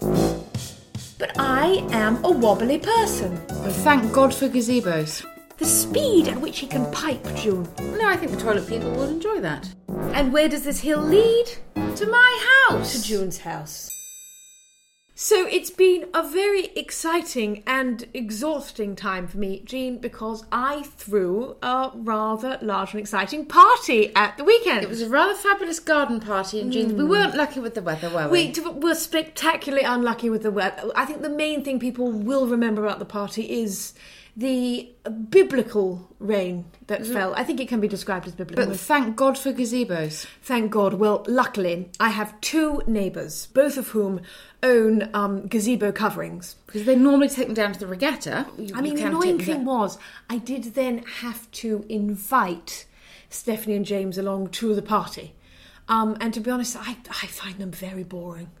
But I am a wobbly person. But thank God for gazebos. The speed at which he can pipe, June. No, I think the toilet people will enjoy that. And where does this hill lead? To my house! To June's house. So it's been a very exciting and exhausting time for me, Jean, because I threw a rather large and exciting party at the weekend. It was a rather fabulous garden party in jeans. We weren't lucky with the weather, were we? Hmm. We t- were spectacularly unlucky with the weather. I think the main thing people will remember about the party is the biblical rain that fell. I think it can be described as biblical. Mm-hmm. But thank God for gazebos. Thank God. Well, luckily, I have two neighbours, both of whom own um, gazebo coverings. Because they normally take them down to the regatta. You- I you mean, the can annoying take them thing was, I did then have to invite Stephanie and James along to the party. Um, and to be honest, I, I find them very boring. down.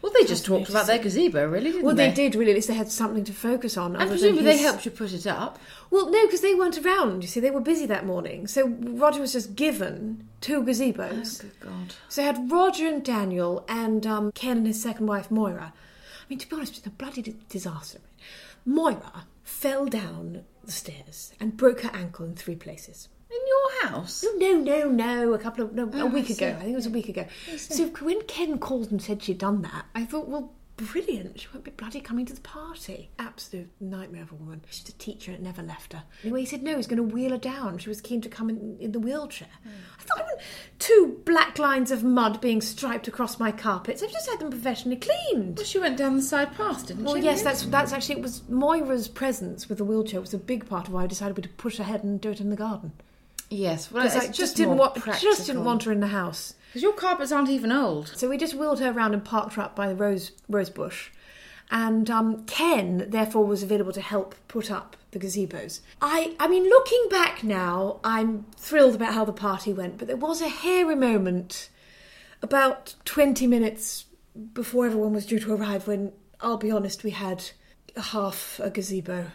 Well, they just talked about their gazebo, really, didn't Well, they? they did really. At least they had something to focus on. And other than presumably they his- helped you put it up. Well, no, because they weren't around. You see, they were busy that morning. So Roger was just given two gazebos. Good Oh, God. So I had Roger and Daniel and um, Ken and his second wife, Moira. I mean, to be honest, it was a bloody di- disaster. Moira fell down the stairs and broke her ankle in three places. In your house? No, no, no. A couple of no, a week I see. ago. Oh, I think it was a week ago. So when Ken called and said she'd done that, I thought, well, brilliant. She won't be bloody coming to the party. Absolute nightmare of a woman. She's a teacher and it never left her. Anyway, he said no. He's going to wheel her down. She was keen to come in, in the wheelchair. I thought, I want two black lines of mud being striped across my carpets. I've just had them professionally cleaned. Well, she went down the side path, didn't Well, she? yes, that's that's actually it was Moira's presence with the wheelchair was a big part of why I decided to push ahead and do it in the garden. Yes. Well, Because I just didn't want just didn't want her in the house. Because your carpets aren't even old. So we just wheeled her around and parked her up by the rose rose bush. And um, Ken, therefore, was available to help put up the gazebos. I, I mean, looking back now, I'm thrilled about how the party went, but there was a hairy moment about 20 minutes before everyone was due to arrive when, I'll be honest, we had half a gazebo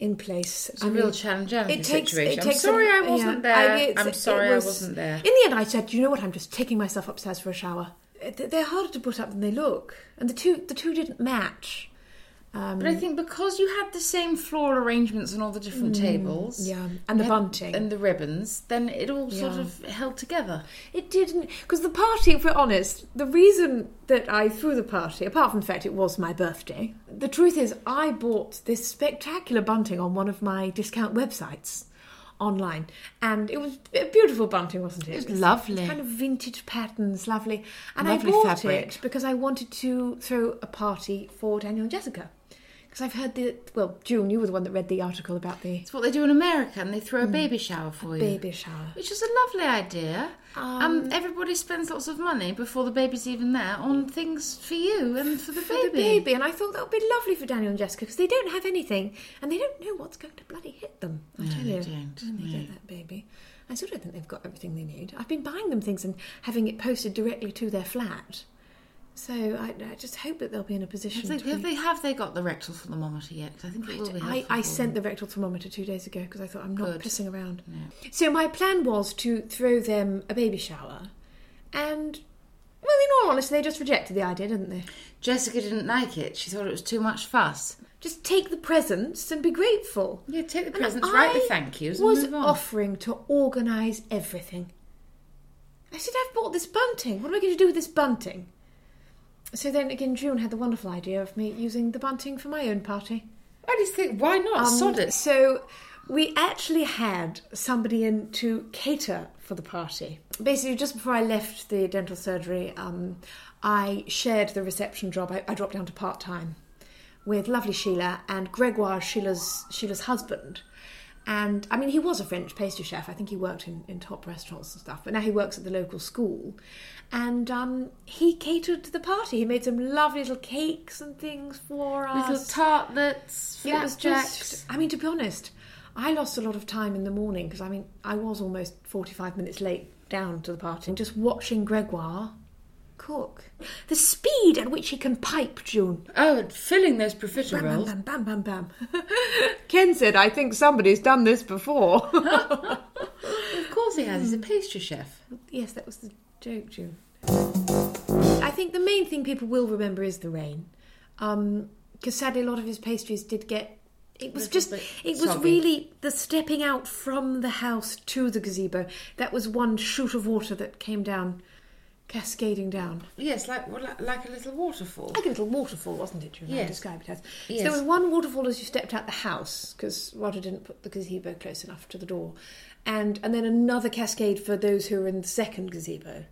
in place. It's a real challenge It it takes, situation. it takes I'm sorry I I wasn't there. I'm sorry I wasn't there. In the end, I said, "Do you know what? I'm just taking myself upstairs for a shower." Th- They're harder to put up than they look, and the two the two didn't match. But I think because you had the same floral arrangements on all the different tables, Yeah, and the had- bunting. and the ribbons, then it all sort Yeah. of held together. It didn't because the party. If we're honest, the reason that I threw the party, apart from the fact it was my birthday, the truth is I bought this spectacular bunting on one of my discount websites online, and it was a beautiful bunting, wasn't it? It was lovely. kind of vintage patterns, lovely. And I Lovely bought fabric. it because I wanted to throw a party for Daniel and Jessica. Because I've heard that, well, June, you were the one that read the article about the It's what they do in America, and they throw Mm. a baby shower for you, baby shower. which is a lovely idea. Um, everybody spends lots of money before the baby's even there on things for you and for the for baby. the baby, and I thought that would be lovely for Daniel and Jessica because they don't have anything and they don't know what's going to bloody hit them. I tell they you, don't, when they get that baby, I sort of think they've got everything they need. I've been buying them things and having it posted directly to their flat, so I, I just hope that they'll be in a position. Have they, to have, they, have they got the rectal thermometer yet? 'Cause I think it will be. I, helpful I for sent the rectal thermometer two days ago because I thought I'm not Good. pissing around. So my plan was to throw them a baby shower, and well, in all honesty, they just rejected the idea, didn't they? them. Jessica didn't like it. She thought it was too much fuss. Just take the presents and be grateful. Yeah, take the And presents, I write the thank yous, and Was move on. offering to organise everything. I said, I've bought this bunting. What am I going to do with this bunting? So then again, June had the wonderful idea of me using the bunting for my own party. I just think, why not? Um, Sod it. So we actually had somebody in to cater for the party. Basically, just before I left the dental surgery, um, I shared the reception job. I, I dropped down to part time with lovely Sheila and Gregoire, Sheila's Sheila's husband. And I mean, he was a French pastry chef. I think he worked in, in top restaurants and stuff. But now he works at the local school, and um, he catered to the party. He made some lovely little cakes and things for us. Little tartlets, It was flapjacks. just, I mean, to be honest, I lost a lot of time in the morning because I mean, I was almost 45 minutes late down to the party, just watching Gregoire cook. The speed at which he can pipe, June. Oh, and filling those profiteroles. Bam, bam, bam, bam, bam. Ken said, I think somebody's done this before. Mm. Of course he has. He's a pastry chef. yes, that was the joke, June. think the main thing people will remember is the rain, because sadly a lot of his pastries did get. It was Little just. bit It was soggy. really the stepping out from the house to the gazebo. That was one shoot of water that came down, cascading down. Yes, like well, like- like a little waterfall. Like a little waterfall, wasn't it? You Yes. described it as. So Yes. there was one waterfall as you stepped out the house because Roger didn't put the gazebo close enough to the door, and and then another cascade for those who were in the second gazebo.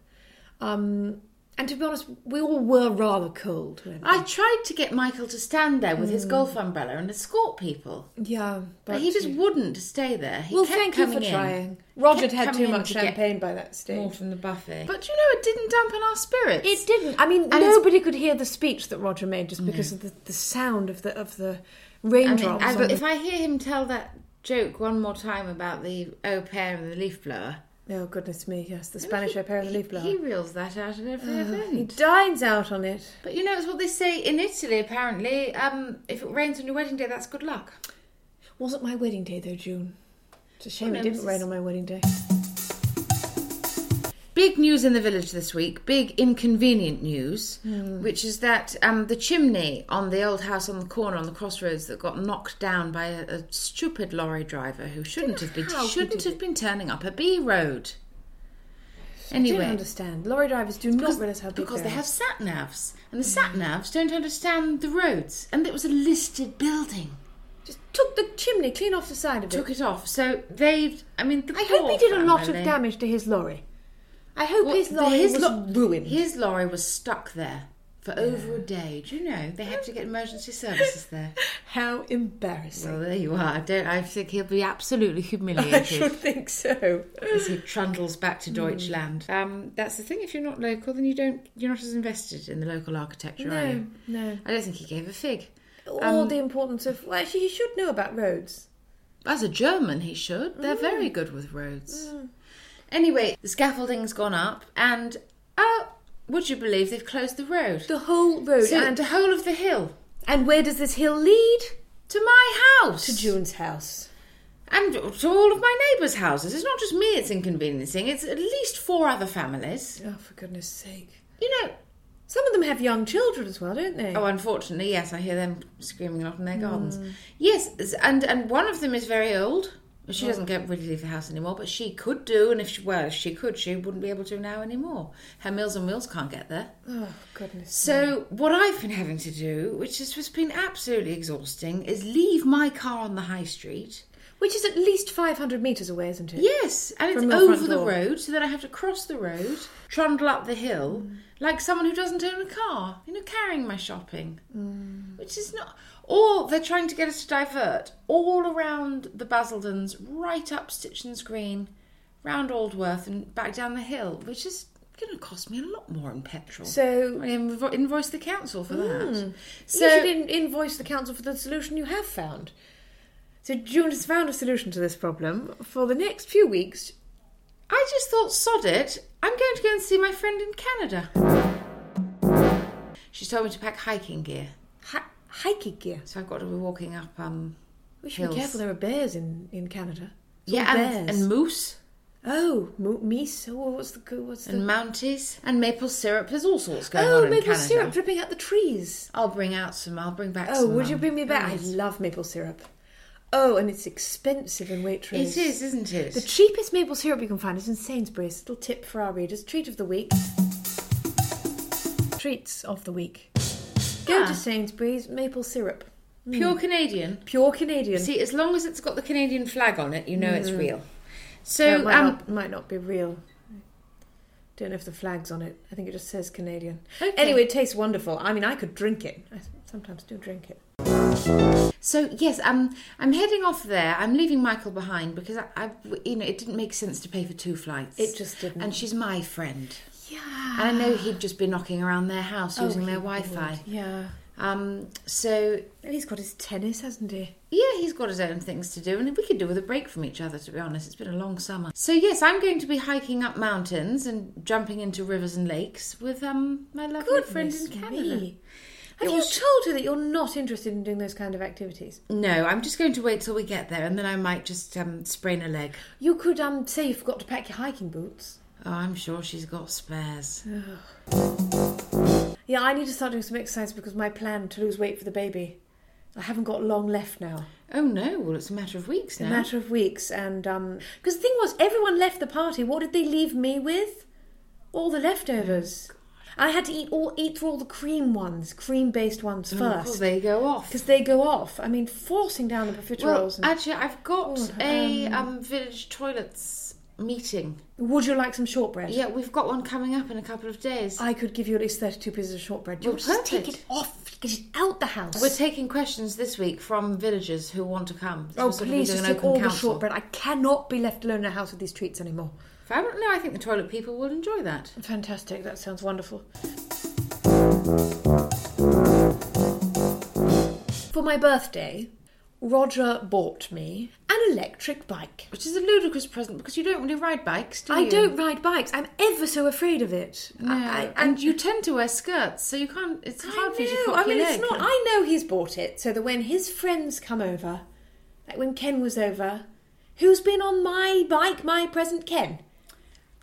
Um, and to be honest, we all were rather cold. Weren't we? I tried to get Michael to stand there with his golf umbrella and escort people, yeah, Mm. but he just wouldn't stay there. He well, kept thank you for coming in. trying. Roger Kept had coming too in much to get champagne by that More stage. from the buffet. But you know, it didn't dampen our spirits. It didn't. I mean, it's- Mm. nobody could hear the speech that Roger made just because of the, the sound of the of the I raindrops. mean, I- on the- if I hear him tell that joke one more time about the au pair and the leaf blower, Oh goodness me! Yes, the Spanish au pair and the he- leaf blower. He reels that out at every He event. dines out on it. But you know, it's what they say in Italy. Apparently, um, if it rains on your wedding day, that's good luck. Wasn't my wedding day though, June. It's a shame no, it didn't this rain is- on my wedding day. Big news in the village this week, big inconvenient news, which is that um, the chimney on the old house on the corner on the crossroads that got knocked down by a, a stupid lorry driver who shouldn't have been how he shouldn't did have been turning up a B road. I don't Anyway, understand. Lorry drivers do not realise how big because they they Hmm. have sat navs, and the sat navs don't understand the roads, and it was a listed building. Just took the chimney clean off the side of Took it. it off, so they've. I mean, the I hope poor he did a lot of family- damage to his lorry. I hope Well, his the- lorry was lo- ruined. His lorry was stuck there for over a day. Do you know they had to get emergency services there? How embarrassing. Well, there you are. I don't. I think he'll be absolutely I humiliated should Hmm. think so. as he trundles back to Deutschland. Um, that's the thing. If you're not local, then you don't. You're not as invested in the local architecture, are No, you? no. I don't think he gave a fig. All the importance of well, actually, he should know about roads. As a German, he should. They're Hmm. very good with roads. Anyway, the scaffolding's gone up, and oh, would you believe they've closed the road? The whole road. So- and the whole of the hill and where does this hill lead? to my house. To June's house. And to all of my neighbours' houses. It's not just me it's inconveniencing, it's at least four other families. Oh, for goodness sake. You know, Some of them have young children as well, don't they? oh, unfortunately, yes, I hear them screaming a lot in Mm. their gardens. Yes, s- and, and one of them is very old. Oh. She doesn't get really leave the house anymore, but she could do, and if she, well, if she could, she wouldn't be able to now anymore. Her Meals and Wheels can't get there. Oh, goodness. So what I've been having to do, which has just been absolutely exhausting, is leave my car on the high street. Which is at least 500 metres away, isn't it? Yes, and From it's your over front the door. road, so then I have to cross the road, trundle up the hill, Mm. like someone who doesn't own a car, you know, carrying my shopping. Mm. Which is not. Or they're trying to get us to divert all around the Basildons, right up Stitchen's Green, round Aldworth, and back down the hill, which is going to cost me a lot more in petrol. So Mm. I invo- invoice the council for that. So you should in- invoice the council for the solution you have found. So June has found a solution to this problem. For the next few weeks, I just thought, sod it, I'm going to go and see my friend in Canada. She told me to pack hiking gear, hi- hiking gear. so I've got to be walking up. Um, We should Hills. be careful. There are bears in, in Canada. It's all yeah, and, bears. and moose oh, mo- meese. Oh, what's the good? What's the and mounties and maple syrup. There's all sorts going oh on in maple Canada. syrup dripping out the trees? I'll bring out some. I'll bring back Oh, some. would you um, bring me back? I yes. love maple syrup. Oh, and it's expensive in Waitrose. It is, isn't it? The cheapest maple syrup you can find is in Sainsbury's. Little tip for our readers: treat of the week. Treats of the week. Go Ah. to Sainsbury's. Maple syrup, Pure Canadian. pure Canadian. See, as long as it's got the Canadian flag on it, you know Mm. it's real. No, So, it might, um, not, might not be real. Don't know if the flag's on it. I think it just says Canadian. Okay. Anyway, it tastes wonderful. I mean, I could drink it. I sometimes do drink it. So yes, I'm I'm heading off there. I'm leaving Michael behind because I, I you know, it didn't make sense to pay for two flights. It just didn't. And she's my friend, Yeah. and I know he'd just be knocking around their house Oh, using their Wi-Fi. Yeah. Um, so And he's got his tennis, hasn't he? yeah, he's got his own things to do, and we could do with a break from each other. To be honest, it's been a long summer. So yes, I'm going to be hiking up mountains and jumping into rivers and lakes with um my lovely friend in Goodness Canada. me. Have you told her that you're not interested in doing those kind of activities? No, I'm just going to wait till we get there, and then I might just um, sprain a leg. You could um say you forgot to pack your hiking boots. Oh, I'm sure she's got spares. Yeah, I need to start doing some exercise because my plan to lose weight for the baby, I haven't got long left now. Oh no, well, it's a matter of weeks A now. matter of weeks, and um, because the thing was, everyone left the party. What did they leave me with? All the leftovers. Oh, I had to eat all eat through all the cream ones, cream based ones Oh, well, first they go off. because they go off. I mean, forcing down the Well, profiteroles. and- actually, I've got a um, village toilets meeting. Would you like some shortbread? Yeah, we've got one coming up in a couple of days. I could give you at least thirty-two pieces of shortbread. You Well, would just take perfect. it off, get it out the house. We're taking questions this week from villagers who want to come. So Oh, we're sort of please doing just an take open all the council. shortbread. I cannot be left alone in a house with these treats anymore. If I don't know, I think the toilet people will enjoy that. Fantastic. That sounds wonderful. For my birthday, Roger bought me an electric bike. Which is a ludicrous present because you don't really ride bikes, do you? I don't ride bikes. I'm ever so afraid of it. No. I, I, and you tend to wear skirts, so you can't. It's I hard for you to know. cock I mean, your it's leg. not. I know he's bought it so that when his friends come over, like when Ken was over, who's been on my bike, my present Ken.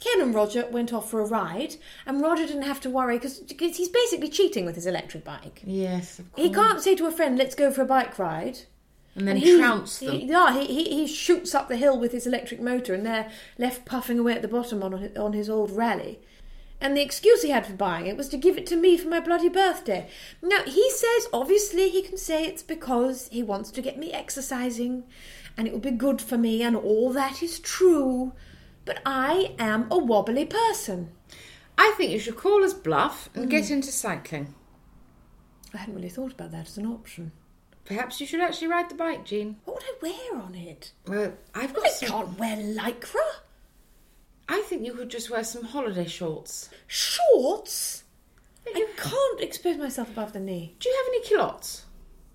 Ken and Roger went off for a ride, and Roger didn't have to worry because he's basically cheating with his electric bike. Yes, of course. He can't say to a friend, "Let's go for a bike ride." and then And he- trounce them. He, yeah, he, he, he shoots up the hill with his electric motor, and they're left puffing away at the bottom on his, on his old rally. And the excuse he had for buying it was to give it to me for my bloody birthday. Now he says obviously he can say it's because he wants to get me exercising, and it will be good for me, and all that is true. But I am a wobbly person. I think you should call us bluff and get into cycling. I hadn't really thought about that as an option. Perhaps you should actually ride the bike, Jean. What would I wear on it? Well, I've got I some. can't wear lycra. I think you could just wear some holiday shorts. Shorts? I can't expose myself above the knee. Do you have any culottes?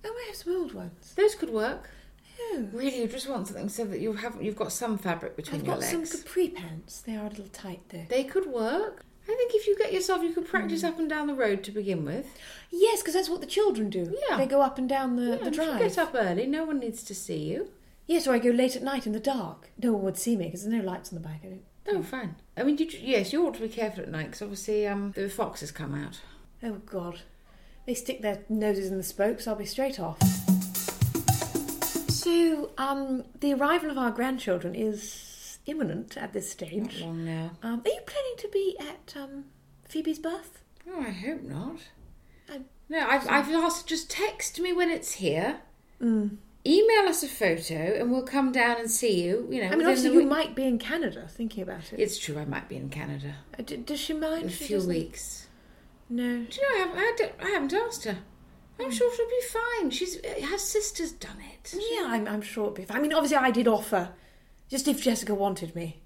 Oh, I have some old ones. Those could work. Oh, Really, you just want something so that you haven't. You've got some fabric between I've your got some legs. capri pants. They are a little tight though. They could work. I think if you get yourself, you could practice up and down the road to begin with. Yes, because that's what the children do. Yeah. They go up and down the, the And if you drive. get up early. No one needs to see you. Yes, or I go late at night in the dark. No one would see me because there's no lights on the bike. I don't. Oh, fine. I mean, you, yes, you ought to be careful at night because obviously um, the foxes come out. Oh, God. They stick their noses in the spokes. I'll be straight off. So, um, the arrival of our grandchildren is imminent at this Not stage. long now. Um, are you planning to be at um, Phoebe's birth? Oh, I hope not. I- No, I've, I've asked just text me when it's here. Mm. Email us a photo and we'll come down and see you. You know, I mean, within obviously, the you week- might be in Canada thinking about it. It's true, I might be in Canada Uh, d- does she in mind? a if she few doesn't- weeks. No. Do you know, I haven't, I, don't- I haven't asked her. I'm sure she'll be fine. She's Her sister's done it. Yeah, I'm, I'm sure it'd be fine. I mean, obviously, I did offer, just if Jessica wanted me.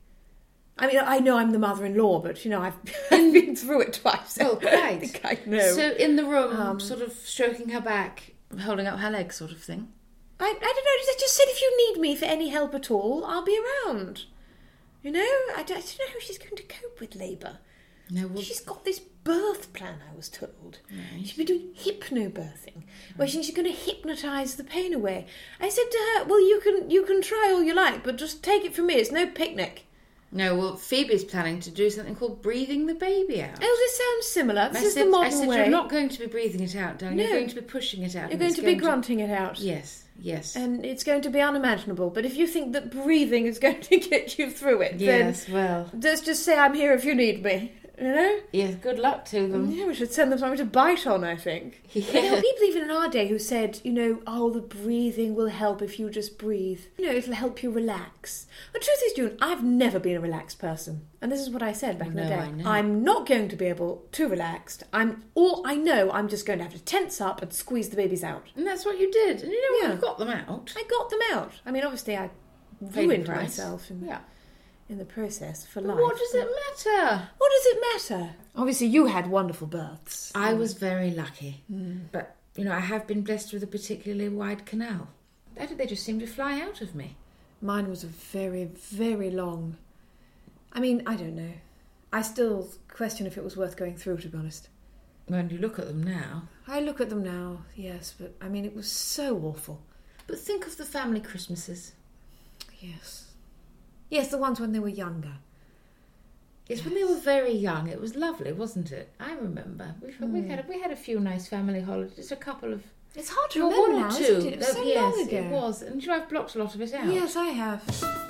I mean, I know I'm the mother in law, but, you know, I've, I've been through it twice. Oh, I quite. think I know. So in the room, sort of stroking her back, Um, holding up her leg, sort of thing. I, I don't know, I just said if you need me for any help at all, I'll be around. You know, I don't, I don't know how she's going to cope with labour. No, we'll She's got this birth plan, I was told. She's been doing hypnobirthing, where she- she's going to hypnotise the pain away. I said to her, "Well, you can you can try all you like, but just take it from me, it's no picnic." No, well, Phoebe's planning to do something called breathing the baby out. Oh, this sounds similar. This I is said, the I modern said way. you're not going to be breathing it out, darling. You're No. going to be pushing it You're out. and going it's to be grunting it out, Yes, yes. and it's going to be unimaginable. But if you think that breathing is going to get you through it, yes, well. then let's just say I'm here if you need me. You know. Yes, good luck to them. Yeah, we should send them something to bite on, I think. But There were Yeah. people even in our day who said, you know, oh, the breathing will help if you just breathe. You know, it'll help you relax. The truth is, June, I've never been a relaxed person. And this is what I said back in No, the day. I know. am not going to be able to relax. I'm all I know, I'm just going to have to tense up and squeeze the babies out. And that's what you did. And you know what? Yeah. You got them out. I got them out. I mean, obviously, I Paid the ruined price. myself in, Yeah. in the process for life. What does it matter? What does it matter? Obviously, you had wonderful births. I was very lucky. But, you know, I have been blessed with a particularly wide canal. How did they just seem to fly out of me? Mine was a very, very long. I mean, I don't know. I still question if it was worth going through, to be honest. When you look at them now, I look at them now, yes, but I mean, it was so awful. But think of the family Christmases. Yes. Yes, the ones when they were younger. It's when they were very young. It was lovely, wasn't it? I remember. We've, we've had we had a few nice family holidays. A couple of It's hard to well, remember one now, or 2 isn't it? It was though- so yes, long ago. it was. And you know, I've blocked a lot of it out. Yes, I have.